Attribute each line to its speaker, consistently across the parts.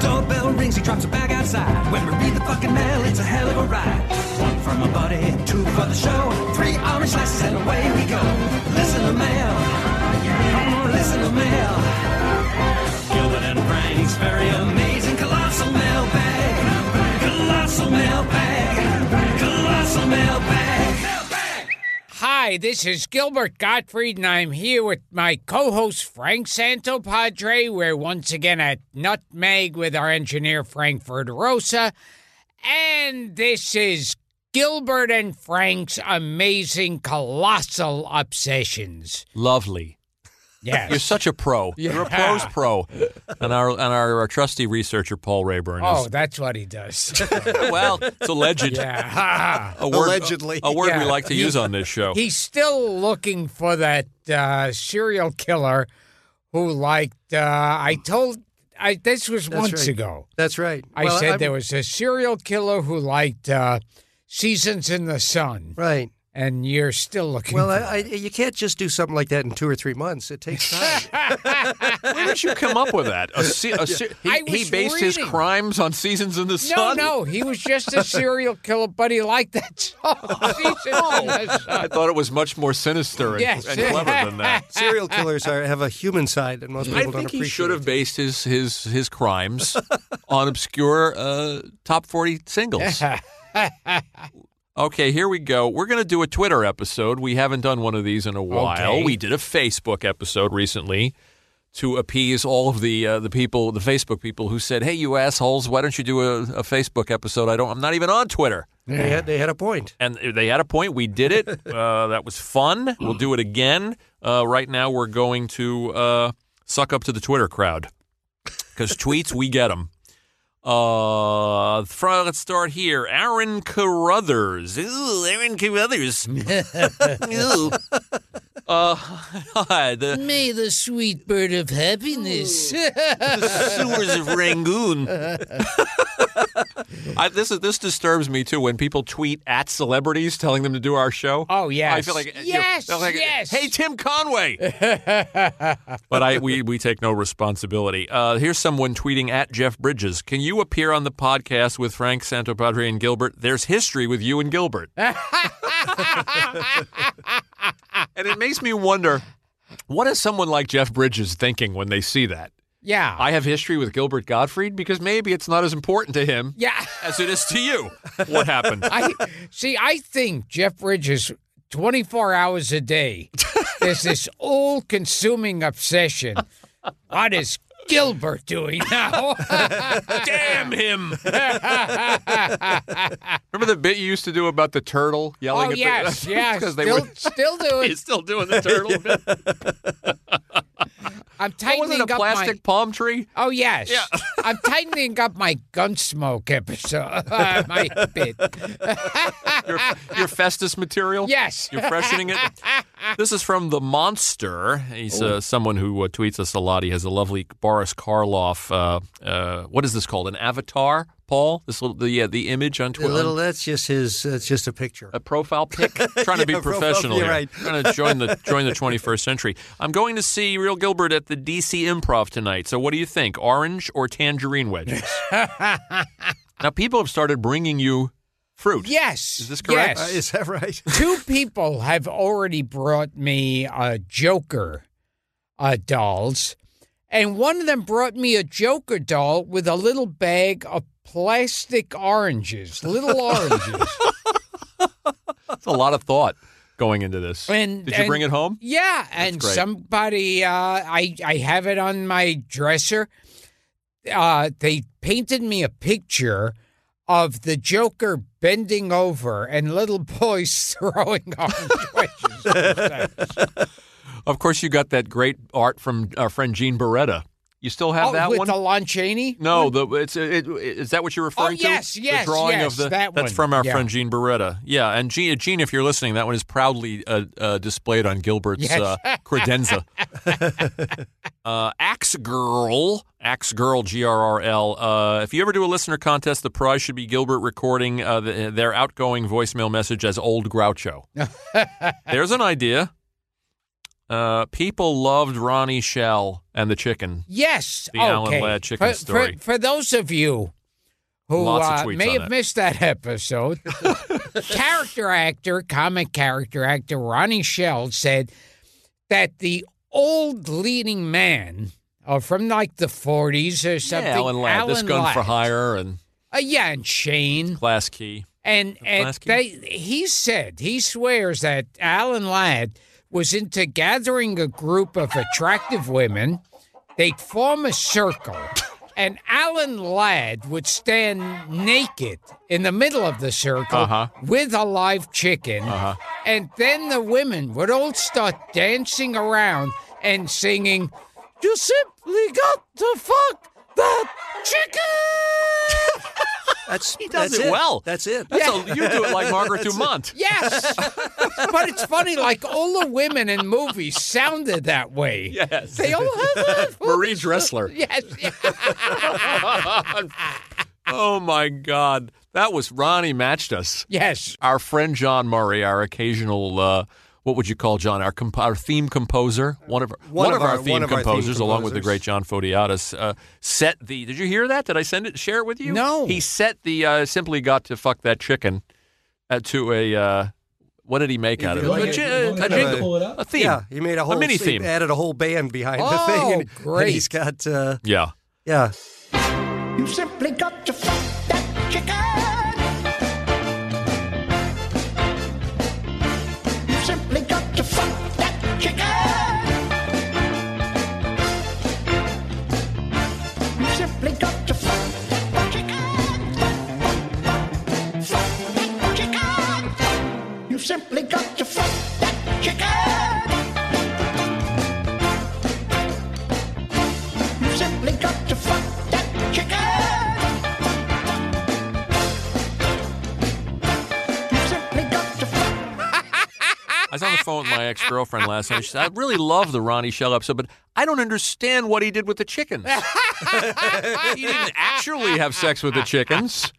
Speaker 1: Doorbell rings, he drops a bag outside. When we read the fucking mail, it's a hell of a ride. One from a buddy, two for the show, three orange slices, and away we go. Listen to mail. Mm, listen to mail. Gilbert and Frank's very amazing colossal mailbag. Colossal mailbag. Colossal mailbag.
Speaker 2: Hi, this is Gilbert Gottfried, and I'm here with my co host Frank Santopadre. We're once again at Nutmeg with our engineer Frank Verderosa. And this is Gilbert and Frank's amazing colossal obsessions.
Speaker 3: Lovely. You're
Speaker 2: Yes.
Speaker 3: such a pro. You're a pro's pro. And our and our uh, trusty researcher Paul Rayburn
Speaker 2: Oh,
Speaker 3: is
Speaker 2: that's what he does.
Speaker 3: well, it's alleged.
Speaker 2: Yeah. ha, ha.
Speaker 3: A word,
Speaker 4: Allegedly.
Speaker 3: a, word
Speaker 2: Yeah.
Speaker 3: we like to use on this show.
Speaker 2: He's still looking for that uh, serial killer who liked. Uh, I told. I, this was
Speaker 4: That's
Speaker 2: months
Speaker 4: right.
Speaker 2: ago.
Speaker 4: That's right.
Speaker 2: I
Speaker 4: Well,
Speaker 2: said
Speaker 4: I'm-
Speaker 2: there was a serial killer who liked uh, Seasons in the Sun,
Speaker 4: Right.
Speaker 2: and you're still looking.
Speaker 4: Well,
Speaker 2: for
Speaker 4: I, I, you can't just do something like that in two or three months. It takes time.
Speaker 3: Where did you come up with that? A se- a se- he,
Speaker 2: I
Speaker 3: he
Speaker 2: was
Speaker 3: based his
Speaker 2: reading.
Speaker 3: crimes on seasons in the
Speaker 2: no,
Speaker 3: sun.
Speaker 2: no, he was just a serial killer, but he liked that song. Seasons in the
Speaker 3: I
Speaker 2: Sun.
Speaker 3: thought it was much more sinister and,
Speaker 2: Yes.
Speaker 3: and clever than that.
Speaker 4: Serial killers are, have a human side, and most people
Speaker 3: I
Speaker 4: don't
Speaker 3: think
Speaker 4: appreciate.
Speaker 3: he should have
Speaker 4: it.
Speaker 3: based his his his crimes on obscure uh, top forty singles. Okay, here we go. We're going to do a Twitter episode. We haven't done one of these in a while.
Speaker 2: Okay.
Speaker 3: We did a Facebook episode recently to appease all of the uh, the people, the Facebook people who said, "Hey, you assholes, why don't you do a, a Facebook episode? I don't. I'm not even on Twitter."
Speaker 4: They had, they had a point.
Speaker 3: And they had a point. We did it. Uh, that was fun. We'll do it again. Uh, right now, we're going to uh, suck up to the Twitter crowd because tweets, we get them. Uh, fr- let's start here. Aaron Carruthers. Ooh, Aaron Carruthers. Ooh. Uh, the
Speaker 2: May the sweet bird of happiness.
Speaker 3: sewers of Rangoon. I, this is this disturbs me too when people tweet at celebrities telling them to do our show.
Speaker 2: Oh, yes.
Speaker 3: I feel like you know,
Speaker 2: Yes,
Speaker 3: they're like,
Speaker 2: yes.
Speaker 3: Hey, Tim Conway. but I we we take no responsibility. Uh, here's someone tweeting at Jeff Bridges. Can you appear on the podcast with Frank Santopadre and Gilbert? There's history with you and Gilbert. and it makes me wonder, what is someone like Jeff Bridges thinking when they see that?
Speaker 2: yeah.
Speaker 3: I have history with Gilbert Gottfried because maybe it's not as important to him
Speaker 2: yeah.
Speaker 3: as it is to you. What happened?
Speaker 2: I see. I think Jeff Bridges, twenty four hours a day, there's this all consuming obsession. What is Gilbert doing now? Oh,
Speaker 3: Damn him! Remember the bit you used to do about the turtle yelling
Speaker 2: oh
Speaker 3: at
Speaker 2: yes,
Speaker 3: the
Speaker 2: yes.
Speaker 3: because they
Speaker 2: still,
Speaker 3: were
Speaker 2: still doing.
Speaker 3: he's still doing the turtle bit.
Speaker 2: I'm
Speaker 3: was
Speaker 2: tightening
Speaker 3: it a
Speaker 2: up
Speaker 3: plastic
Speaker 2: my.
Speaker 3: palm tree?
Speaker 2: Oh yes,
Speaker 3: Yeah.
Speaker 2: I'm tightening up my gunsmoke episode. Uh, my bit.
Speaker 3: Your, your Festus material?
Speaker 2: Yes.
Speaker 3: You're freshening it. This is from the monster. He's uh, someone who uh, tweets us a lot. He has a lovely Boris Karloff. Uh, uh, what is this called? An avatar, Paul? This little the yeah, the image on
Speaker 4: The
Speaker 3: Twitter.
Speaker 4: little that's just his. That's just a picture.
Speaker 3: um, a profile pic. Trying to be
Speaker 4: Yeah, profile-
Speaker 3: professional
Speaker 4: you're
Speaker 3: here.
Speaker 4: right.
Speaker 3: Trying to join the join the 21st century. I'm going to see Real Gilbert at the DC Improv tonight. So what do you think? Orange or tangerine wedges? now people have started bringing you fruit.
Speaker 2: Yes.
Speaker 3: Is this correct?
Speaker 2: Yes.
Speaker 4: Uh, Is that right?
Speaker 2: two people have already brought me uh, Joker uh, dolls, and one of them brought me a Joker doll with a little bag of plastic oranges, little oranges.
Speaker 3: That's a lot of thought going into this.
Speaker 2: And-
Speaker 3: Did you
Speaker 2: and-
Speaker 3: bring it home?
Speaker 2: yeah, and
Speaker 3: great.
Speaker 2: somebody, uh, I I have it on my dresser. Uh, they painted me a picture. Of the Joker bending over and little boys throwing orange wedges.
Speaker 3: Of course, you got that great art from our friend Gene Beretta. You still have
Speaker 2: Oh,
Speaker 3: that
Speaker 2: with
Speaker 3: one?
Speaker 2: the Lon Chaney?
Speaker 3: no, the, it's it, is that what you're referring to?
Speaker 2: Oh, yes, yes,
Speaker 3: the drawing
Speaker 2: yes,
Speaker 3: of the
Speaker 2: that
Speaker 3: that's
Speaker 2: one.
Speaker 3: from our
Speaker 2: Yeah.
Speaker 3: friend Gene Beretta. Yeah, and Gene, Gene, if you're listening, that one is proudly uh, uh, displayed on Gilbert's
Speaker 2: Yes.
Speaker 3: uh, credenza. uh, Axe Girl, Axe Girl, G R R L. Uh, if you ever do a listener contest, the prize should be Gilbert recording uh, the, their outgoing voicemail message as Old Groucho. There's an idea. Uh, people loved Ronnie Shell and the chicken.
Speaker 2: Yes.
Speaker 3: The
Speaker 2: okay.
Speaker 3: Alan Ladd chicken
Speaker 2: for,
Speaker 3: story.
Speaker 2: For, for those of you who
Speaker 3: Lots of
Speaker 2: uh,
Speaker 3: tweets
Speaker 2: may
Speaker 3: on
Speaker 2: have
Speaker 3: that.
Speaker 2: missed that episode, character actor, comic character actor Ronnie Shell said that the old leading man uh, from like the 40s or something,
Speaker 3: yeah, Alan Ladd. this
Speaker 2: Alan
Speaker 3: gun for
Speaker 2: Ladd.
Speaker 3: hire and
Speaker 2: Uh, yeah, and Shane.
Speaker 3: class key.
Speaker 2: And, and
Speaker 3: Pulaski?
Speaker 2: they, he said, he swears that Alan Ladd was into gathering a group of attractive women. They'd form a circle, and Alan Ladd would stand naked in the middle of the circle
Speaker 3: Uh-huh.
Speaker 2: with a live chicken. And then the women would all start dancing around and singing, You simply got to fuck that chicken!
Speaker 4: That's he
Speaker 3: does
Speaker 4: that's
Speaker 3: it well.
Speaker 4: That's it.
Speaker 3: That's a, you do it like Margaret Dumont.
Speaker 2: Yes. but it's funny, like all the women in movies sounded that way.
Speaker 3: Yes.
Speaker 2: They all have
Speaker 3: Marie Dressler.
Speaker 2: Yes.
Speaker 3: Oh my God, that was Ronnie matched us.
Speaker 2: yes.
Speaker 3: Our friend John Murray, our occasional, uh, what would you call John? Our comp- our theme composer, one of one, of our, theme
Speaker 4: one of our theme
Speaker 3: composers, along with the
Speaker 4: composers.
Speaker 3: great John Fotiadis, uh, set the. Did you hear that? Did I send it? Share it with you?
Speaker 2: No.
Speaker 3: He set the. Uh, Simply got to fuck that chicken, uh, to a. Uh, what did he make out of it?
Speaker 4: like
Speaker 3: a,
Speaker 4: it,
Speaker 3: ji-
Speaker 4: you
Speaker 3: a
Speaker 4: want me to
Speaker 3: jingle,
Speaker 4: pull
Speaker 3: a, theme.
Speaker 4: Yeah, he made a whole
Speaker 3: mini
Speaker 4: he
Speaker 3: theme.
Speaker 4: added a whole band behind
Speaker 2: Oh,
Speaker 4: the thing. and- and
Speaker 2: great.
Speaker 4: he's got uh,
Speaker 3: Yeah.
Speaker 4: yeah.
Speaker 5: You simply got to fuck that chicken. You simply got to fuck that chicken. You simply got to fuck that chicken. Fuck that chicken. You simply got to fuck that chicken. You simply got to fuck that chicken. You simply got to fuck.
Speaker 3: I was on the phone with my ex girlfriend last night. She said, I really love the Ronnie Shell episode, but I don't understand what he did with the chickens. he didn't actually have sex with the chickens.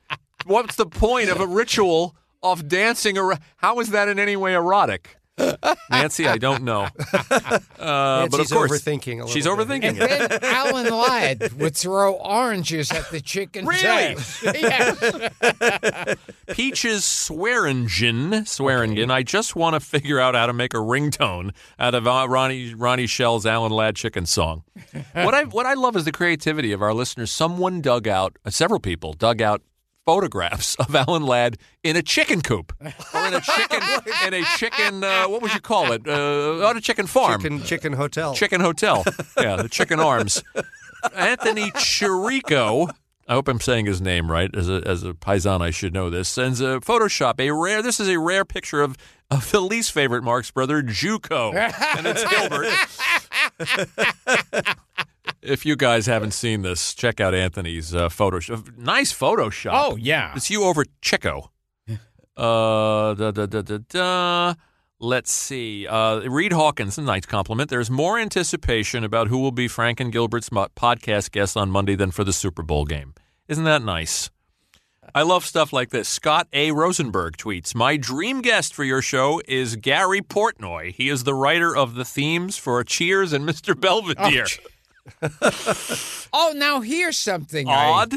Speaker 3: What's the point of a ritual of dancing around? How is that in any way erotic? Nancy, I don't know. Uh, but of
Speaker 4: Nancy's
Speaker 3: course,
Speaker 4: overthinking a little
Speaker 3: she's
Speaker 4: bit.
Speaker 3: overthinking it.
Speaker 2: Then Alan Ladd would throw oranges at the chicken's
Speaker 3: Really?
Speaker 2: ass. Yes.
Speaker 3: Peaches Swearingen. Swearingen. I just want to figure out how to make a ringtone out of uh, Ronnie Ronnie Shell's Alan Ladd chicken song. what I what I love is the creativity of our listeners. Someone dug out uh, several people dug out photographs of Alan Ladd in a chicken coop or in a chicken in a chicken uh, what would you call it uh, on a chicken farm
Speaker 4: Chicken Chicken Hotel.
Speaker 3: Chicken Hotel. Yeah, the Chicken Arms. Anthony Chirico. I hope I'm saying his name right. As a, as a paisan, I should know this. Sends a Photoshop, a rare, this is a rare picture of, of the least favorite Mark's brother, Juco. And it's Gilbert. if you guys haven't seen this, check out Anthony's uh, Photoshop. Nice Photoshop.
Speaker 2: Oh, yeah.
Speaker 3: It's you over Chico. Uh, da, da, da, da, da. Let's see. Uh, Reed Hawkins, a nice compliment. There's more anticipation about who will be Frank and Gilbert's mo- podcast guest on Monday than for the Super Bowl game. Isn't that nice? I love stuff like this. Scott A. Rosenberg tweets My dream guest for your show is Gary Portnoy. He is the writer of the themes for Cheers and Mr. Belvedere.
Speaker 2: Oh, now here's something. I-
Speaker 3: Odd?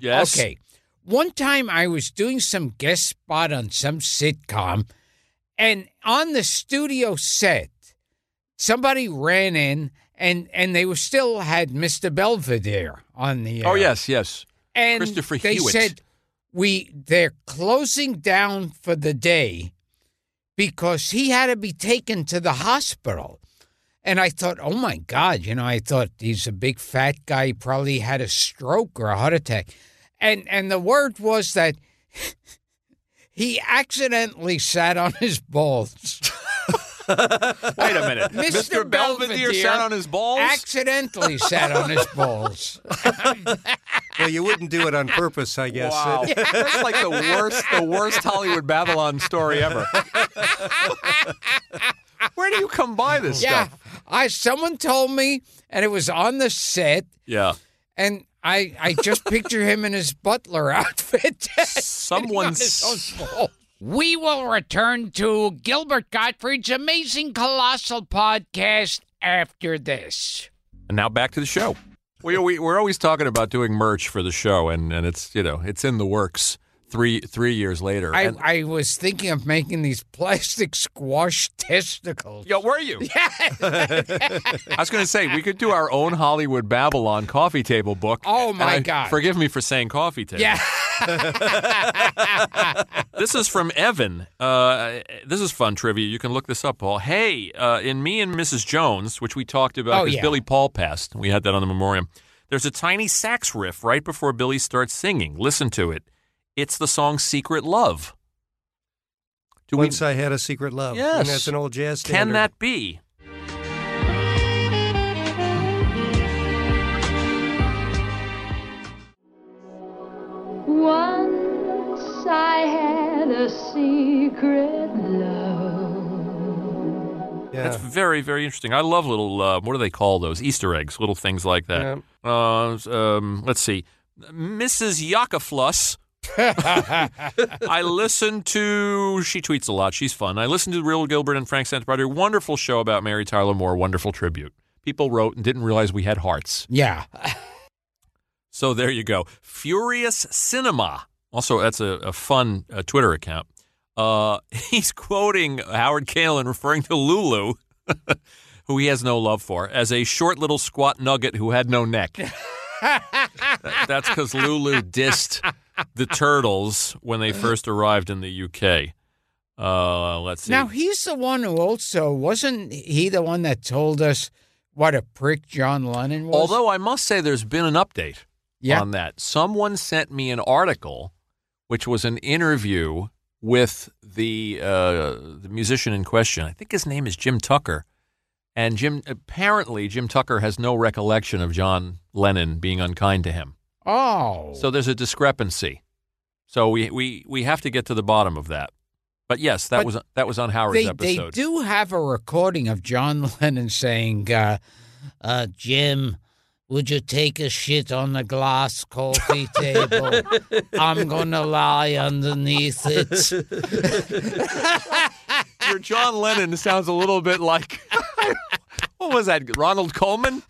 Speaker 3: Yes.
Speaker 2: Okay. One time I was doing some guest spot on some sitcom, and on the studio set, somebody ran in and and they were still had Mr. Belvedere on the uh, air.
Speaker 3: Oh, yes, yes.
Speaker 2: And
Speaker 3: Christopher
Speaker 2: they
Speaker 3: Hewitt.
Speaker 2: said we they're closing down for the day because he had to be taken to the hospital. And I thought, oh my God, you know, I thought he's a big fat guy, he probably had a stroke or a heart attack. And and the word was that he accidentally sat on his balls.
Speaker 3: Wait a minute.
Speaker 2: Mr.
Speaker 3: Mr. Belvedere sat on his balls?
Speaker 2: accidentally sat on his balls.
Speaker 4: Well, you wouldn't do it on purpose, I guess.
Speaker 3: Wow, that's like the worst, the worst Hollywood Babylon story ever. Where do you come by this
Speaker 2: yeah.
Speaker 3: stuff?
Speaker 2: I someone told me and it was on the set
Speaker 3: Yeah,
Speaker 2: and I I just picture him in his butler outfit.
Speaker 3: someone
Speaker 2: on his
Speaker 3: s-
Speaker 2: own balls. We will return to Gilbert Gottfried's amazing colossal podcast after this.
Speaker 3: And now back to the show. We, we we're always talking about doing merch for the show, and, and it's you know it's in the works. Three three years later,
Speaker 2: I,
Speaker 3: and,
Speaker 2: I was thinking of making these plastic squash testicles.
Speaker 3: yo, were you? I was going to say we could do our own Hollywood Babylon coffee table book.
Speaker 2: Oh,
Speaker 3: And
Speaker 2: my
Speaker 3: I-
Speaker 2: God.
Speaker 3: Forgive me for saying coffee table.
Speaker 2: Yeah.
Speaker 3: This is from Evan. Uh, this is fun trivia. You can look this up, Paul. Hey, uh, in Me and Mrs. Jones, which we talked about
Speaker 2: Oh,
Speaker 3: because
Speaker 2: yeah.
Speaker 3: Billy Paul passed, we had that on the memoriam. There's a tiny sax riff right before Billy starts singing. Listen to it. It's the song "Secret Love." Do
Speaker 4: Once I had a secret love.
Speaker 3: Yes.
Speaker 4: And that's an old jazz standard.
Speaker 3: Can that be?
Speaker 6: Once I had a secret love.
Speaker 4: Yeah.
Speaker 3: That's very, very interesting. I love little, uh, what do they call those? Easter eggs, little things like that. Uh, um, let's see. Mrs. Yakafluss. I listen to, she tweets a lot. She's fun. I listen to Real Gilbert and Frank Santaproder. Wonderful show about Mary Tyler Moore. Wonderful tribute. People wrote and didn't realize we had hearts.
Speaker 2: yeah.
Speaker 3: So there you go. Furious Cinema. Also, that's a, a fun uh, Twitter account. Uh, he's quoting Howard Kalin, referring to Lulu, who he has no love for, as a short little squat nugget who had no neck. That- that's because Lulu dissed the turtles when they first arrived in the UK. Uh, let's see.
Speaker 2: Now he's the one who also wasn't he the one that told us what a prick John Lennon was?
Speaker 3: Although I must say, there's been an update.
Speaker 2: yeah,
Speaker 3: on that. Someone sent me an article, which was an interview with the uh, the musician in question. I think his name is Jim Tucker, and Jim apparently Jim Tucker has no recollection of John Lennon being unkind to him.
Speaker 2: oh,
Speaker 3: So there's a discrepancy. So we we we have to get to the bottom of that. But yes, that
Speaker 2: But
Speaker 3: was that was on Howard's
Speaker 2: they they
Speaker 3: episode.
Speaker 2: do have a recording of John Lennon saying, uh, uh, "Jim, would you take a shit on the glass coffee table? I'm gonna lie underneath it."
Speaker 3: Your John Lennon sounds a little bit like what was that? Ronald Coleman?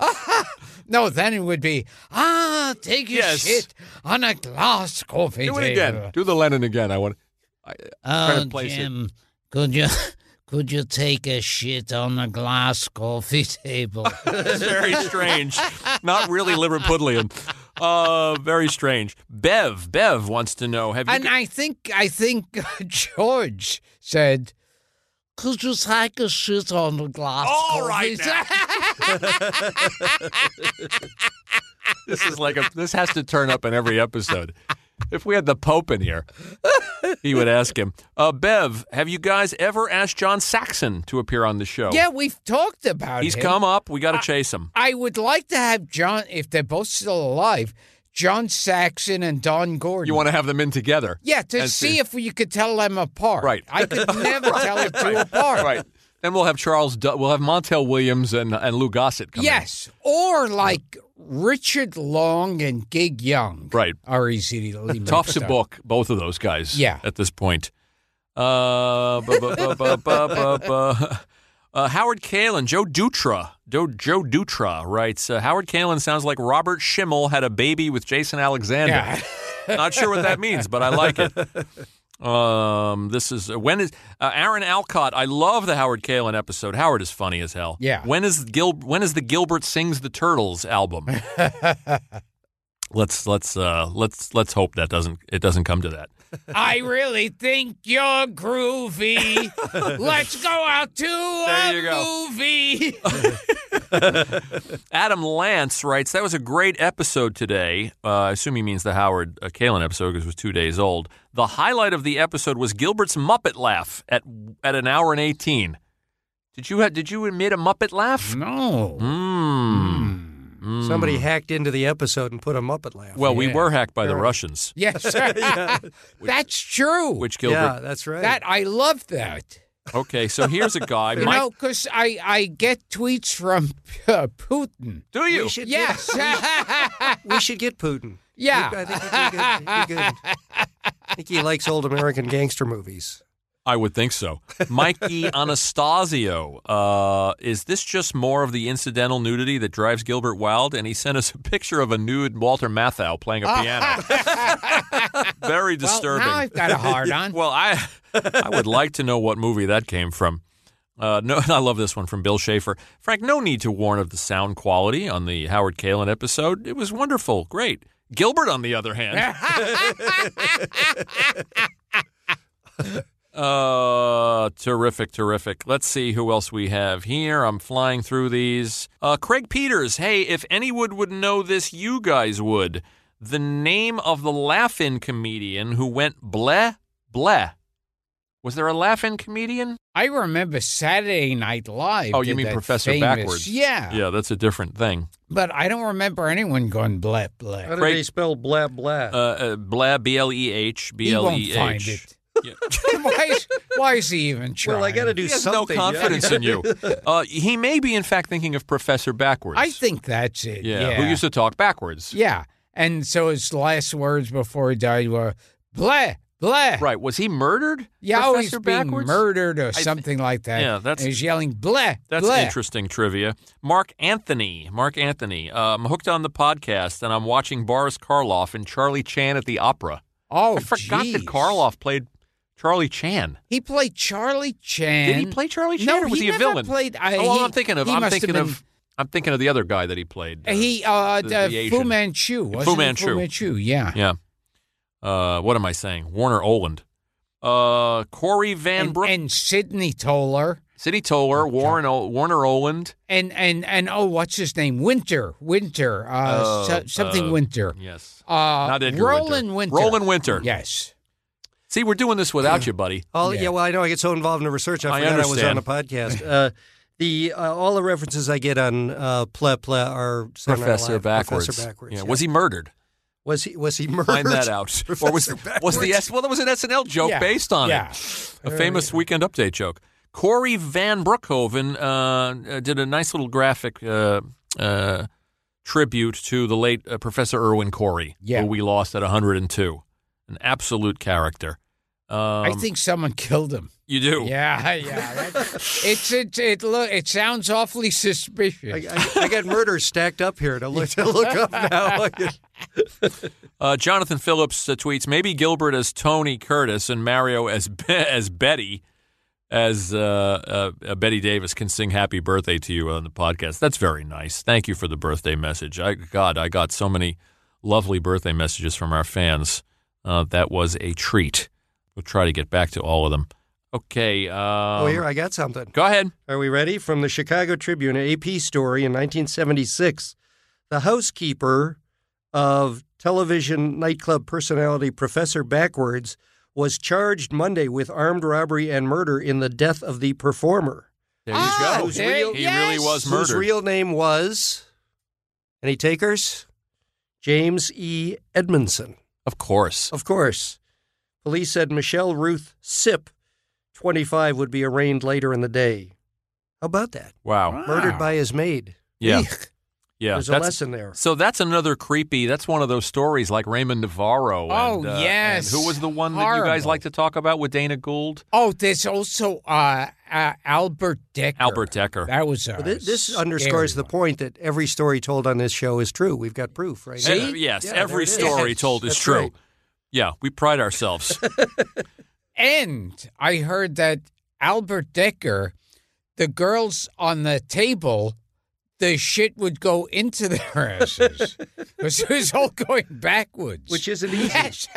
Speaker 2: No, then it would be, "Ah, take a
Speaker 3: Yes.
Speaker 2: shit on a glass coffee
Speaker 3: Do
Speaker 2: table."
Speaker 3: it again. Do the Lennon again. I want.
Speaker 2: Oh,
Speaker 3: to place it.
Speaker 2: Jim, could you could you take a shit on a glass coffee table?
Speaker 3: It's very strange. Not really Liverpudlian. Uh, very strange. Bev, Bev wants to know. Have you?
Speaker 2: and I think I think George said, "Could you take a shit on a glass?"
Speaker 3: All
Speaker 2: coffee
Speaker 3: right
Speaker 2: ta-"
Speaker 3: this is like a. This has to turn up in every episode. If we had the Pope in here, he would ask him. Uh, Bev, have you guys ever asked John Saxon to appear on the show?
Speaker 2: yeah, we've talked about
Speaker 3: he's
Speaker 2: him.
Speaker 3: come up. We got to chase him.
Speaker 2: I would like to have John, if they're both still alive, John Saxon and Don Gordon.
Speaker 3: You want to have them in together?
Speaker 2: Yeah, to
Speaker 3: And
Speaker 2: see if you could tell them apart.
Speaker 3: Right.
Speaker 2: I could never tell the two apart.
Speaker 3: Right. Then we'll have Charles. Du- we'll have Montel Williams and and Lou Gossett. Come in.
Speaker 2: Yes, or like Richard Long and Gig Young.
Speaker 3: Right.
Speaker 2: Are easy to leave.
Speaker 3: Tough's a book, both of those guys.
Speaker 2: Yeah.
Speaker 3: At this point. Uh, bu- bu- bu- bu- bu- bu- bu- uh, Howard Kalin, Joe Dutra, Joe, Joe Dutra writes, uh, Howard Kalin sounds like Robert Schimmel had a baby with Jason Alexander.
Speaker 2: Yeah.
Speaker 3: Not sure what that means, but I like it. Um, this is when is uh, Aaron Alcott? I love the Howard Kalin episode. Howard is funny as hell.
Speaker 2: Yeah.
Speaker 3: When is Gil? When is the Gilbert sings the Turtles album? let's let's uh, let's let's hope that doesn't it doesn't come to that.
Speaker 2: I really think you're groovy. Let's go out to
Speaker 3: There
Speaker 2: a
Speaker 3: you go.
Speaker 2: movie.
Speaker 3: Adam Lance writes, That was a great episode today. Uh, I assume he means the Howard uh, Kalin episode because it was two days old. The highlight of the episode was Gilbert's Muppet laugh at at an hour and 18. Did you, ha- did you admit a Muppet laugh?
Speaker 2: no. Mm-hmm.
Speaker 3: Mm.
Speaker 4: Somebody hacked into the episode and put a Muppet laugh.
Speaker 3: Well, we
Speaker 2: Yeah.
Speaker 3: were hacked by the Russians,
Speaker 2: Yes. That's true.
Speaker 3: which
Speaker 4: yeah,
Speaker 3: Gilbert.
Speaker 4: that's right.
Speaker 2: that I love that.
Speaker 3: Okay, so here's a guy.
Speaker 2: You
Speaker 3: Mike,
Speaker 2: know, because I, I get tweets from uh, Putin.
Speaker 3: do you?
Speaker 4: we should
Speaker 2: Yes.
Speaker 4: Get, we should get Putin.
Speaker 2: Yeah.
Speaker 4: I think that'd be good. Be good. think he likes old American gangster movies.
Speaker 3: I would think so. Mikey Anastasio, uh, is this just more of the incidental nudity that drives Gilbert wild? And he sent us a picture of a nude Walter Matthau playing a piano. Very
Speaker 2: Ah. Well,
Speaker 3: disturbing.
Speaker 2: now I've got a hard on.
Speaker 3: Well, I I would like to know what movie that came from. Uh, no, I love this one from Bill Schaefer. Frank, no need to warn of the sound quality on the Howard Kalin episode. It was wonderful, great. Gilbert, on the other hand, uh, terrific, terrific. Let's see who else we have here. I'm flying through these. Uh, Craig Peters, hey, if anyone would know this, you guys would. The name of the laugh-in comedian who went bleh bleh. Was there a laugh-in comedian?
Speaker 2: I remember Saturday Night Live.
Speaker 3: Oh, you
Speaker 2: did
Speaker 3: mean
Speaker 2: that
Speaker 3: Professor
Speaker 2: famous-
Speaker 3: Backwards.
Speaker 2: Yeah,
Speaker 3: Yeah, that's a different thing.
Speaker 2: but I don't remember anyone going bleh bleh.
Speaker 4: How did
Speaker 3: Great.
Speaker 4: they spell blah blah?
Speaker 3: Uh, uh, blah, B L E H, B
Speaker 2: He
Speaker 3: L
Speaker 2: won't
Speaker 3: E
Speaker 2: find
Speaker 3: H.
Speaker 2: it. why, is, why is he even trying?
Speaker 4: well, I got to do
Speaker 3: He has no
Speaker 4: something.
Speaker 3: confidence in you. Uh, he may be, in fact, thinking of Professor Backwards.
Speaker 2: I think that's it.
Speaker 3: Yeah,
Speaker 2: Yeah.
Speaker 3: who used to talk backwards.
Speaker 2: yeah. And so his last words before he died were bleh bleh.
Speaker 3: Right. Was he murdered?
Speaker 2: Yeah, oh, he's
Speaker 3: Professor
Speaker 2: being
Speaker 3: Backwards?
Speaker 2: murdered or something like that.
Speaker 3: yeah, that's-
Speaker 2: and he's yelling bleh.
Speaker 3: That's
Speaker 2: bleh.
Speaker 3: interesting trivia. Mark Anthony. Mark Anthony. Uh, I'm hooked on the podcast, and I'm watching Boris Karloff and Charlie Chan at the opera.
Speaker 2: Oh,
Speaker 3: I forgot that
Speaker 2: jeez.
Speaker 3: Karloff played Charlie Chan.
Speaker 2: He played Charlie Chan.
Speaker 3: Did he play Charlie Chan
Speaker 2: No,
Speaker 3: or was he, a
Speaker 2: never
Speaker 3: villain?
Speaker 2: Played, I,
Speaker 3: oh, well,
Speaker 2: he-
Speaker 3: I'm thinking of
Speaker 2: he
Speaker 3: I'm
Speaker 2: must have
Speaker 3: thinking
Speaker 2: been-
Speaker 3: of I'm thinking of the other guy that he played. uh,
Speaker 2: He uh,
Speaker 3: the-
Speaker 2: the,
Speaker 3: the
Speaker 2: Fu
Speaker 3: Asian.
Speaker 2: Manchu. Wasn't it
Speaker 3: Manchu.
Speaker 2: Fu Manchu. Yeah.
Speaker 3: Yeah. Uh, what am I saying? Warner Oland. Uh, Corey Van
Speaker 2: And,
Speaker 3: Brook,
Speaker 2: and Sidney Toller.
Speaker 3: City Toller, Warren o- Warner Oland.
Speaker 2: And and and oh, what's his name? Winter. Winter. Uh,
Speaker 3: Oh,
Speaker 2: so- something
Speaker 3: uh,
Speaker 2: Winter.
Speaker 3: Yes.
Speaker 2: Uh,
Speaker 3: Not Edgar
Speaker 2: Roland Winter.
Speaker 3: Roland Winter.
Speaker 2: Yes.
Speaker 3: See, we're doing this without you, buddy.
Speaker 4: Oh
Speaker 2: Yeah.
Speaker 4: yeah. well, I know I get so involved in the research. I,
Speaker 3: I
Speaker 4: forgot I was on
Speaker 3: understand.
Speaker 4: a podcast. Uh, the uh, all the references I get on uh, ple ple are Saturday Night
Speaker 3: Professor
Speaker 4: Live,
Speaker 3: Backwards.
Speaker 4: Professor backwards.
Speaker 3: Yeah.
Speaker 4: yeah.
Speaker 3: Was he murdered?
Speaker 4: was he was he murdered?
Speaker 3: Find that out. or was
Speaker 4: Professor
Speaker 3: was the
Speaker 4: Backwards.
Speaker 3: S? Well, that was an SNL joke
Speaker 2: Yeah.
Speaker 3: Oh, based on
Speaker 2: Yeah.
Speaker 3: it. A famous Weekend Update joke. Corey Van Brookhoven uh, uh, did a nice little graphic uh, uh, tribute to the late uh, Professor Irwin Corey,
Speaker 2: Yeah.
Speaker 3: who we lost at 102. An absolute character. Um, Oh.
Speaker 2: I think someone killed him.
Speaker 3: you do.
Speaker 2: Yeah, yeah. That, it's it it look it sounds awfully suspicious.
Speaker 4: I, I, I got murders stacked up here to look to look up now.
Speaker 3: Uh, Jonathan Phillips uh, tweets maybe Gilbert as Tony Curtis and Mario as Be- as Betty, as uh, uh, uh, Betty Davis can sing "Happy Birthday" to you on the podcast. That's very nice. Thank you for the birthday message. I God, I got so many lovely birthday messages from our fans. Uh, that was a treat. We'll try to get back to all of them. Okay. Um,
Speaker 4: oh, here I got something.
Speaker 3: go ahead.
Speaker 4: Are we ready? From the Chicago Tribune, an AP story in 1976. The housekeeper of television nightclub personality Professor Backwards was charged Monday with armed robbery and murder in the death of the performer,
Speaker 3: There you
Speaker 2: Ah,
Speaker 3: go.
Speaker 2: there-
Speaker 3: he really
Speaker 2: yes.
Speaker 3: was
Speaker 4: whose
Speaker 3: murdered.
Speaker 4: real name was. Any takers? James E. Edmondson.
Speaker 3: Of course.
Speaker 4: Of course. Police said Michelle Ruth Sip, 25, would be arraigned later in the day. How about that?
Speaker 3: Wow.
Speaker 4: Murdered by his maid.
Speaker 3: Yeah.
Speaker 4: Eek.
Speaker 3: Yeah.
Speaker 4: There's a
Speaker 3: That's-
Speaker 4: lesson there.
Speaker 3: So that's another creepy. That's one of those stories like Raymond Navarro.
Speaker 2: Oh,
Speaker 3: and, uh,
Speaker 2: yes.
Speaker 3: and who was the one that you guys
Speaker 2: Horrible.
Speaker 3: like to talk about with Dana Gould?
Speaker 2: oh, there's also uh, uh Albert Decker.
Speaker 3: Albert Decker.
Speaker 2: That was a
Speaker 4: But thi- this
Speaker 2: scary
Speaker 4: underscores the
Speaker 2: one.
Speaker 4: point that every story told on this show is true. We've got proof, right?
Speaker 3: Uh,
Speaker 4: now.
Speaker 3: yes,
Speaker 4: Yeah, there
Speaker 3: every
Speaker 4: it is.
Speaker 3: story told is
Speaker 4: That's
Speaker 3: true.
Speaker 4: right.
Speaker 3: Yeah, we pride ourselves.
Speaker 2: And I heard that Albert Decker, the girls on the table, the shit would go into their asses because it was all going backwards.
Speaker 4: Which isn't easy.
Speaker 2: yes,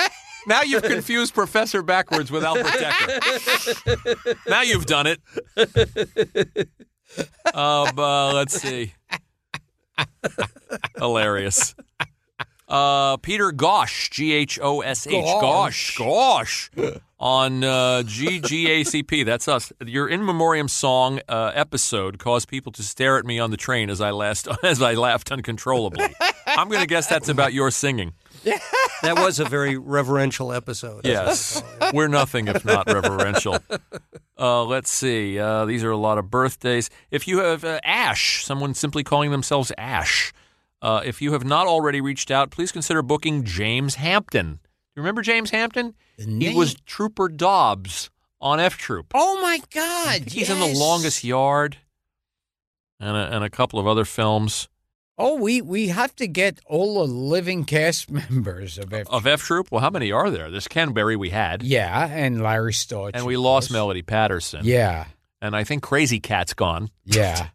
Speaker 3: now you've confused Professor Backwards with Albert Decker. now you've done it. Um, uh, let's see. Hilarious. Uh, Peter Gosh, G H O S H, Gosh,
Speaker 2: Gosh.
Speaker 3: Gosh, on uh, GGACP. That's us. Your in memoriam song uh, episode caused people to stare at me on the train as I last as I laughed uncontrollably. I'm going to guess that's about your singing.
Speaker 4: That was a very reverential episode.
Speaker 3: Yes. We're nothing if not reverential. Uh, let's see. Uh, these are a lot of birthdays. If you have uh, Ash, someone simply calling themselves Ash, uh, if you have not already reached out, please consider booking James Hampton. You remember James Hampton?
Speaker 2: The
Speaker 3: He
Speaker 2: name-
Speaker 3: was Trooper Dobbs on F Troop.
Speaker 2: Oh my God!
Speaker 3: He's in the
Speaker 2: yes.
Speaker 3: longest yard and a, and a couple of other films
Speaker 2: Oh, we we have to get all the living cast members of it.
Speaker 3: of F Troop. Well, how many are there? There's Ken Berry we had,
Speaker 2: yeah, and Larry Storch.
Speaker 3: and we
Speaker 2: of
Speaker 3: lost
Speaker 2: course.
Speaker 3: Melody Patterson.
Speaker 2: Yeah,
Speaker 3: And I think Crazy Cat's gone,
Speaker 2: yeah,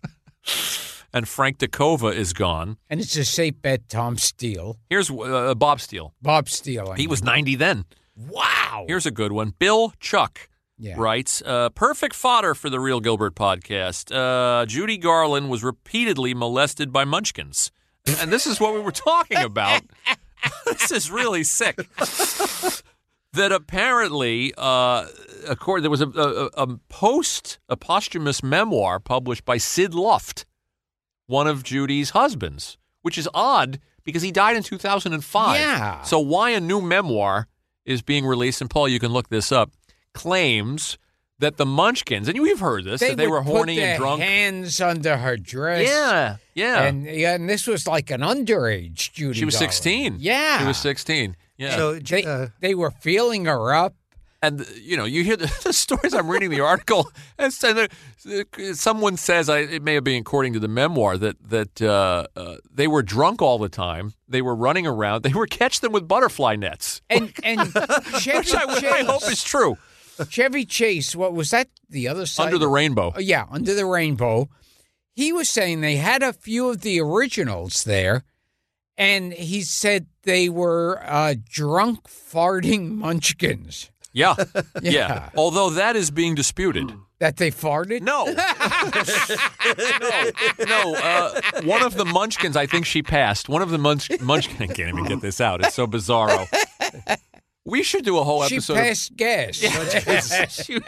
Speaker 3: and Frank Dakova is gone.
Speaker 2: and it's a safe bet. Tom Steele,
Speaker 3: Here's uh, Bob Steele.
Speaker 2: Bob Steele. I
Speaker 3: He
Speaker 2: mean.
Speaker 3: was 90 then.
Speaker 2: wow.
Speaker 3: Here's a good one. Bill Chuck
Speaker 2: yeah.
Speaker 3: writes, uh, perfect fodder for the Real Gilbert podcast. Uh, Judy Garland was repeatedly molested by munchkins. And this is what we were talking about. this is really sick. that apparently, uh, according, there was a, a, a post, a posthumous memoir published by Sid Luft, one of Judy's husbands, which is odd because he died in 2005.
Speaker 2: Yeah.
Speaker 3: So why a new memoir is being released? And Paul, you can look this up. Claims that the Munchkins, and you've heard this, that they
Speaker 2: would
Speaker 3: were horny
Speaker 2: put their
Speaker 3: and drunk.
Speaker 2: Hands under her dress.
Speaker 3: yeah, yeah.
Speaker 2: And yeah, and this was like an underage Judy.
Speaker 3: she was
Speaker 2: Garland.
Speaker 3: 16.
Speaker 2: Yeah,
Speaker 3: She was 16. Yeah.
Speaker 4: So,
Speaker 2: They,
Speaker 4: uh,
Speaker 2: they were feeling her up.
Speaker 3: and you know you hear the, the stories i'm reading the article and, so there- someone says I, it may have been according to the memoir that that uh, uh, they were drunk all the time they were running around they were catch them with butterfly nets
Speaker 2: And and Chevy
Speaker 3: which I, which I
Speaker 2: Chase,
Speaker 3: hope is true
Speaker 2: Chevy Chase. What was that? The other side.
Speaker 3: under the rainbow
Speaker 2: Oh, yeah, under the rainbow. He was saying they had a few of the originals there, and he said they were uh, drunk farting munchkins.
Speaker 3: yeah, yeah
Speaker 2: Yeah. Hmm.
Speaker 3: although that is being disputed
Speaker 2: That they farted?
Speaker 3: no no no uh, one of the munchkins i think she passed one of the munch, munchkin i can't even get this out it's so bizarro we should do a whole
Speaker 2: she
Speaker 3: episode of-
Speaker 2: passed gas.
Speaker 3: Shoot.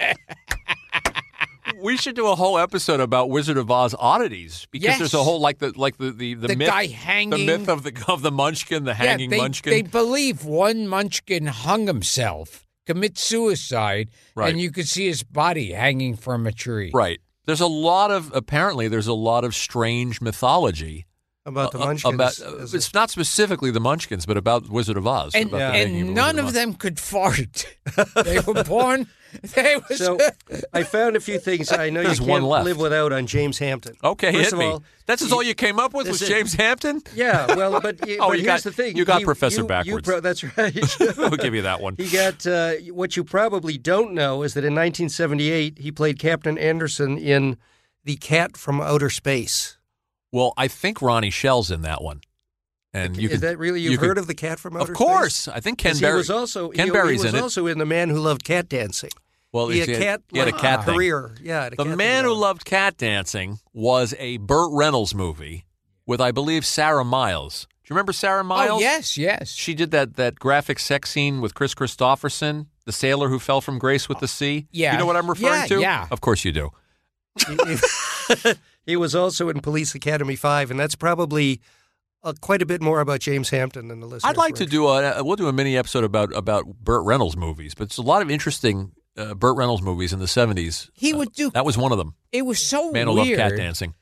Speaker 3: we should do a whole episode about Wizard of Oz oddities because
Speaker 2: Yes.
Speaker 3: there's a whole like the like the the, the,
Speaker 2: The
Speaker 3: myth,
Speaker 2: guy
Speaker 3: the
Speaker 2: hanging.
Speaker 3: myth of the of the Munchkin, the
Speaker 2: Yeah,
Speaker 3: hanging
Speaker 2: they,
Speaker 3: Munchkin.
Speaker 2: They believe one munchkin hung himself, commit suicide,
Speaker 3: Right.
Speaker 2: and you could see his body hanging from a tree.
Speaker 3: right. There's a lot of apparently there's a lot of strange mythology
Speaker 4: about the
Speaker 3: a-
Speaker 4: Munchkins.
Speaker 3: about uh,
Speaker 4: as a-
Speaker 3: it's not specifically the Munchkins, but about Wizard of Oz.
Speaker 2: And,
Speaker 3: about the
Speaker 4: Yeah.
Speaker 2: and
Speaker 3: making Wizard
Speaker 2: none of
Speaker 3: Oz.
Speaker 2: them could fart. they were born. They were
Speaker 4: so I found a few things I know you
Speaker 3: There's
Speaker 4: can't
Speaker 3: one left.
Speaker 4: live without on James Hampton.
Speaker 3: Okay,
Speaker 4: First
Speaker 3: hit
Speaker 4: of
Speaker 3: me.
Speaker 4: all,
Speaker 3: That's is all you came up with
Speaker 4: this
Speaker 3: was
Speaker 4: is-
Speaker 3: James Hampton.
Speaker 4: Yeah, well, but, y-
Speaker 3: Oh,
Speaker 4: but
Speaker 3: you
Speaker 4: here's
Speaker 3: got-
Speaker 4: the thing.
Speaker 3: you got Professor
Speaker 4: you- you
Speaker 3: backwards.
Speaker 4: pro- that's right.
Speaker 3: I'll give you that one.
Speaker 4: He got uh, what you probably don't know is that in 1978 he played Captain Anderson in The Cat from Outer Space.
Speaker 3: Well, I think Ronnie Shell's in that one, and you
Speaker 4: is
Speaker 3: could-
Speaker 4: that really
Speaker 3: you
Speaker 4: you've
Speaker 3: could-
Speaker 4: heard of The Cat from Outer
Speaker 3: Of
Speaker 4: Space?
Speaker 3: course, I think Ken
Speaker 4: 'Cause
Speaker 3: Berry
Speaker 4: He was also
Speaker 3: Ken
Speaker 4: he,
Speaker 3: Berry's
Speaker 4: he was
Speaker 3: in it.
Speaker 4: also in The Man Who Loved Cat Dancing.
Speaker 3: Well,
Speaker 4: he, had
Speaker 3: had-
Speaker 4: cat,
Speaker 3: he had a
Speaker 4: like, uh,
Speaker 3: cat thing.
Speaker 4: career. Yeah, had a
Speaker 3: The
Speaker 4: cat
Speaker 3: Man
Speaker 4: thing
Speaker 3: Who
Speaker 4: going.
Speaker 3: Loved Cat Dancing was a Burt Reynolds movie with, I believe, Sarah Miles. Do you remember Sarah Miles?
Speaker 2: Oh, yes, yes.
Speaker 3: She did that that graphic sex scene with Chris Christopherson, the sailor who fell from grace with the sea.
Speaker 2: Yeah.
Speaker 3: You know what I'm referring
Speaker 2: Oh, Yeah,
Speaker 3: to?
Speaker 2: yeah.
Speaker 3: Of course you do.
Speaker 4: He was also in Police Academy 5 and that's probably uh, quite a bit more about James Hampton than the list.
Speaker 3: I'd like to do a we'll do a mini episode about about Burt Reynolds movies, but it's a lot of interesting uh, Burt Reynolds movies in the 70s.
Speaker 2: he would do.
Speaker 3: That was one of them.
Speaker 2: It was so
Speaker 3: Man Who Loved
Speaker 2: weird
Speaker 3: Cat Dancing.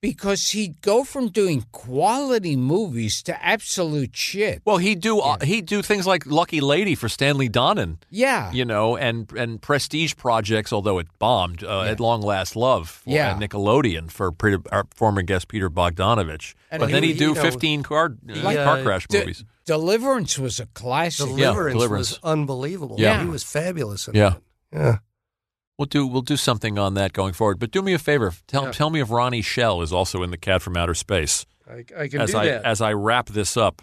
Speaker 2: because he'd go from doing quality movies to absolute shit.
Speaker 3: Well, he do uh, he do things like Lucky Lady for Stanley Donen.
Speaker 2: Yeah,
Speaker 3: you know, and and prestige projects, although it bombed, uh, at long last, love, for,
Speaker 2: Yeah.
Speaker 3: at Nickelodeon for Peter, our former guest Peter Bogdanovich.
Speaker 2: And
Speaker 3: but
Speaker 2: he-
Speaker 3: then he
Speaker 4: he,
Speaker 3: do
Speaker 4: you know,
Speaker 3: fifteen car uh,
Speaker 4: he, uh,
Speaker 3: car crash
Speaker 2: De-
Speaker 3: movies.
Speaker 2: Deliverance was a classic.
Speaker 3: Yeah,
Speaker 4: Deliverance,
Speaker 3: Deliverance.
Speaker 4: was unbelievable.
Speaker 3: Yeah.
Speaker 4: He was fabulous in
Speaker 3: Yeah.
Speaker 4: that. Yeah.
Speaker 3: We'll do we'll do something on that going forward. But do me a favor, tell tell me if Ronnie Shell is also in the Cat from Outer Space
Speaker 4: I, I can
Speaker 3: as
Speaker 4: do
Speaker 3: I
Speaker 4: that.
Speaker 3: as I wrap this up.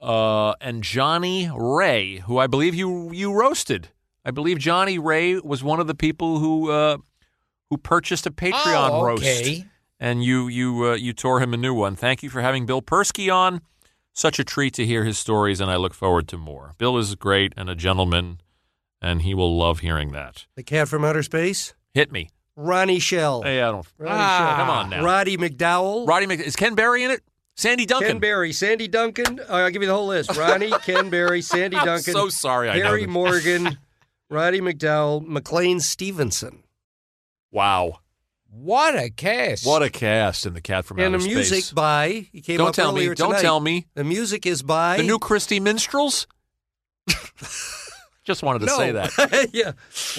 Speaker 3: Uh, and Johnny Ray, who I believe you you roasted. I believe Johnny Ray was one of the people who uh, who purchased a Patreon
Speaker 2: oh,
Speaker 3: roast.
Speaker 2: okay.
Speaker 3: and you you uh, you tore him a new one. Thank you for having Bill Persky on. Such a treat to hear his stories, and I look forward to more. Bill is great and a gentleman, and he will love hearing that.
Speaker 4: The Cat from Outer Space?
Speaker 3: Hit me.
Speaker 4: Ronnie Shell.
Speaker 3: Hey, I don't.
Speaker 4: Ronnie
Speaker 2: Ah,
Speaker 4: Shell.
Speaker 3: Come on now.
Speaker 4: Roddy McDowell.
Speaker 3: Roddy Mc, is Ken Barry in it? Sandy Duncan.
Speaker 4: Ken Berry, Sandy Duncan. Uh, I'll give you the whole list. Ronnie, Ken Berry, Sandy
Speaker 3: I'm
Speaker 4: Duncan.
Speaker 3: so sorry. I know
Speaker 4: Harry
Speaker 3: that.
Speaker 4: Morgan, Roddy McDowell, McLean Stevenson.
Speaker 3: Wow,
Speaker 2: What a cast!
Speaker 3: what a cast in the Cat from
Speaker 4: and the
Speaker 3: Outer
Speaker 4: music
Speaker 3: Space.
Speaker 4: by, he came
Speaker 3: Don't
Speaker 4: up
Speaker 3: tell me.
Speaker 4: earlier
Speaker 3: Don't
Speaker 4: tonight.
Speaker 3: tell me.
Speaker 4: The music is by
Speaker 3: The new Christie Minstrels. Just wanted to say that.
Speaker 4: yeah.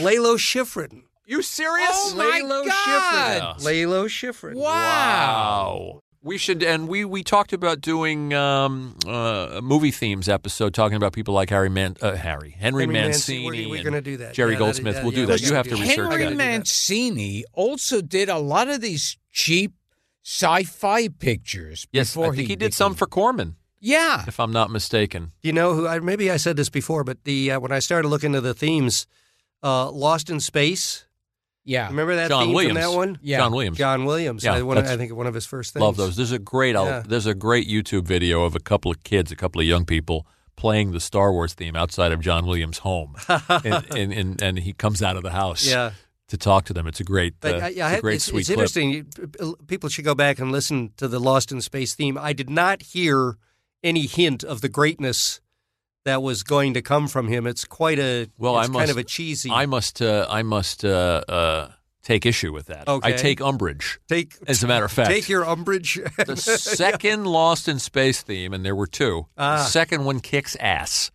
Speaker 4: Lalo Schifrin.
Speaker 3: You serious?
Speaker 2: Oh my
Speaker 4: Lalo
Speaker 2: God!
Speaker 4: Schifrin. Lalo Schifrin.
Speaker 2: Wow.
Speaker 3: We should, and we we talked about doing um, uh, movie themes episode, talking about people like Harry Man, uh, Harry Henry,
Speaker 4: Henry Mancini,
Speaker 3: Mancini.
Speaker 4: we're- we're
Speaker 3: and
Speaker 4: gonna do that.
Speaker 3: Jerry
Speaker 4: Yeah, that-
Speaker 3: Goldsmith.
Speaker 4: that-
Speaker 3: we'll
Speaker 4: yeah,
Speaker 3: do that. You
Speaker 4: we're gonna
Speaker 3: have
Speaker 4: do
Speaker 3: to
Speaker 4: that.
Speaker 3: research
Speaker 4: I
Speaker 2: Henry
Speaker 4: gotta do
Speaker 3: that.
Speaker 4: Man-
Speaker 2: Mancini also did a lot of these cheap sci-fi pictures.
Speaker 3: yes, I
Speaker 2: before
Speaker 3: think he, did
Speaker 2: became-
Speaker 3: some for Corman,
Speaker 2: Yeah,
Speaker 3: if I'm not mistaken.
Speaker 4: You know who? I, maybe I said this before, but the uh, when I started looking into the themes, uh, Lost in Space.
Speaker 2: yeah.
Speaker 4: Remember that
Speaker 3: John
Speaker 4: theme
Speaker 3: Williams.
Speaker 4: from that one?
Speaker 2: Yeah.
Speaker 3: John Williams.
Speaker 4: John Williams.
Speaker 3: Yeah,
Speaker 4: I, one,
Speaker 3: that's-
Speaker 4: I think one of his first things.
Speaker 3: Love those. There's a great I'll-
Speaker 4: Yeah.
Speaker 3: there's a great YouTube video of a couple of kids, a couple of young people playing the Star Wars theme outside of John Williams' home, and, and, and and he comes out of the house
Speaker 4: Yeah.
Speaker 3: to talk to them. It's a great, uh,
Speaker 4: But I,
Speaker 3: it's
Speaker 4: I,
Speaker 3: a great
Speaker 4: it's,
Speaker 3: sweet
Speaker 4: it's
Speaker 3: clip.
Speaker 4: interesting. You- People should go back and listen to the Lost in Space theme. I did not hear any hint of the greatness that was going to come from him. It's quite a
Speaker 3: Well, I
Speaker 4: it's kind
Speaker 3: must-
Speaker 4: of a cheesy.
Speaker 3: I must uh, I must uh, uh, take issue with that. I
Speaker 4: Okay.
Speaker 3: take umbrage.
Speaker 4: take
Speaker 3: As a matter of fact,
Speaker 4: take your umbrage.
Speaker 3: the second Lost in Space theme, and there were two.
Speaker 4: Ah.
Speaker 3: The second one kicks ass,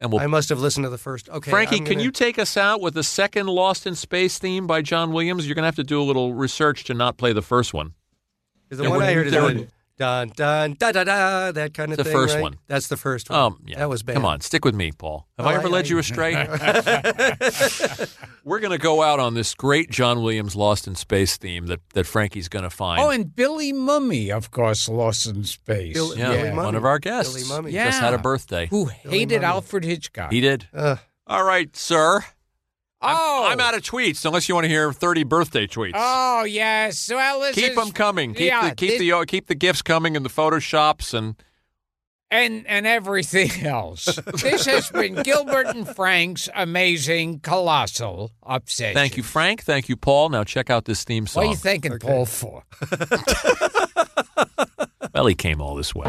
Speaker 3: and we'll.
Speaker 4: I must have listened to the first. Okay,
Speaker 3: Frankie,
Speaker 4: I'm
Speaker 3: can
Speaker 4: gonna-
Speaker 3: you take us out with the second Lost in Space theme by John Williams? You're going to have to do a little research to not play the first one.
Speaker 4: The
Speaker 3: There
Speaker 4: one
Speaker 3: were-
Speaker 4: I heard is
Speaker 3: there were-
Speaker 4: one, dun dun da da da that kind of
Speaker 3: The
Speaker 4: thing.
Speaker 3: first
Speaker 4: right?
Speaker 3: one.
Speaker 4: That's the first one.
Speaker 3: Um, yeah.
Speaker 4: Oh, That was bad.
Speaker 3: Come on, stick with me, Paul. Have I
Speaker 4: Well,
Speaker 3: ever
Speaker 4: I-
Speaker 3: led
Speaker 4: I-
Speaker 3: you astray? We're going to go out on this great John Williams Lost in Space theme that, that Frankie's going to find.
Speaker 2: Oh, and Billy Mummy, of course, lost in space.
Speaker 4: Bill-
Speaker 3: yeah,
Speaker 4: Billy
Speaker 3: one
Speaker 4: Mummy.
Speaker 3: of our guests.
Speaker 4: Billy Mummy.
Speaker 3: Just had
Speaker 2: Yeah.
Speaker 3: a birthday.
Speaker 2: who
Speaker 4: Billy
Speaker 2: hated
Speaker 4: Mummy.
Speaker 2: Alfred Hitchcock.
Speaker 3: He did.
Speaker 4: Ugh.
Speaker 3: All right, sir. I'm-
Speaker 2: oh,
Speaker 3: I'm, out of tweets unless you want to hear 30 birthday tweets.
Speaker 2: Oh yes, well, this
Speaker 3: keep
Speaker 2: is-
Speaker 3: them coming. Keep
Speaker 2: yeah,
Speaker 3: the keep
Speaker 2: thi-
Speaker 3: the oh, keep the gifts coming and the photoshops and
Speaker 2: and and everything else. this has been Gilbert and Frank's amazing colossal obsession.
Speaker 3: thank you Frank, thank you Paul. Now check out this theme
Speaker 2: What
Speaker 3: song.
Speaker 2: are you thanking Paul for?
Speaker 3: well, he came all this way.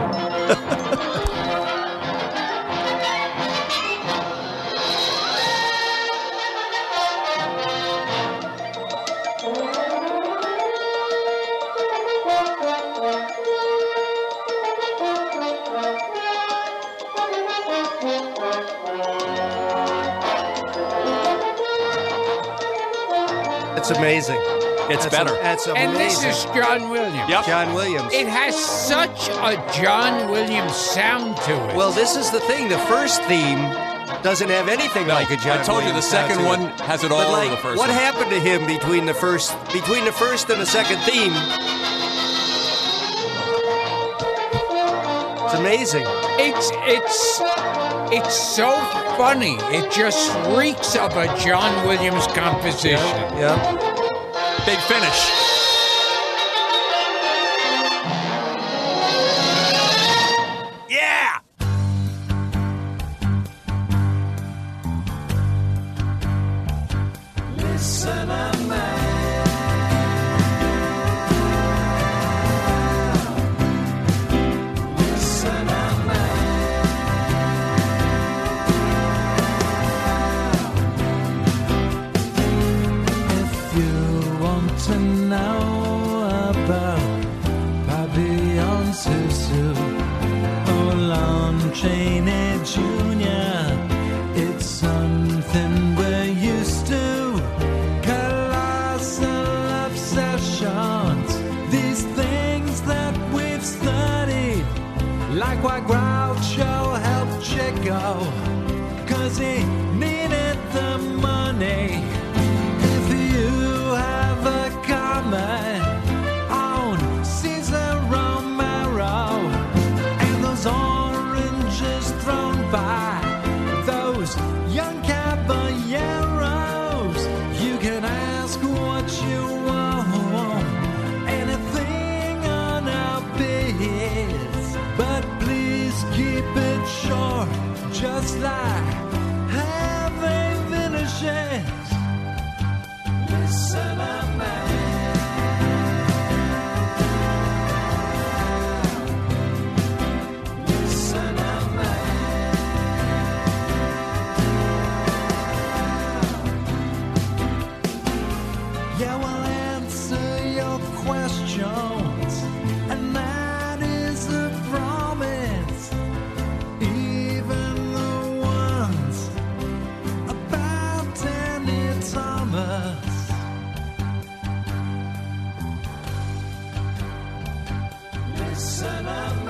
Speaker 4: It's amazing.
Speaker 3: It's
Speaker 4: That's
Speaker 3: better.
Speaker 4: A, that's amazing.
Speaker 2: And this is John Williams.
Speaker 3: Yep.
Speaker 4: John Williams.
Speaker 2: It has such a John Williams sound to it.
Speaker 4: well, this is the thing. The first theme doesn't have anything like a John.
Speaker 3: I told you the
Speaker 4: Williams sound
Speaker 3: second
Speaker 4: to it.
Speaker 3: one has it all
Speaker 4: But
Speaker 3: over
Speaker 4: like,
Speaker 3: the first
Speaker 4: what
Speaker 3: one.
Speaker 4: happened to him between the first between the first and the second theme? It's amazing.
Speaker 2: it's it's it's so funny. It just reeks of a John Williams composition.
Speaker 4: Yeah.
Speaker 3: Big finish. Yeah.
Speaker 1: If you want to know about Bobby on Susu or Lon Chaney Jr., it's something we're used to. Colossal obsessions, these things that we've studied, like why Groucho helped Chico, cause he needed the money. If you have a comment on Caesar Romero and those oranges thrown by those young caballeros, you can ask what you want. Anything on our bids, but please keep it short, just like having finishes. Listen up, man. Listen up, man. Yeah, we'll answer your questions, and that is a promise. Even the ones Listen up.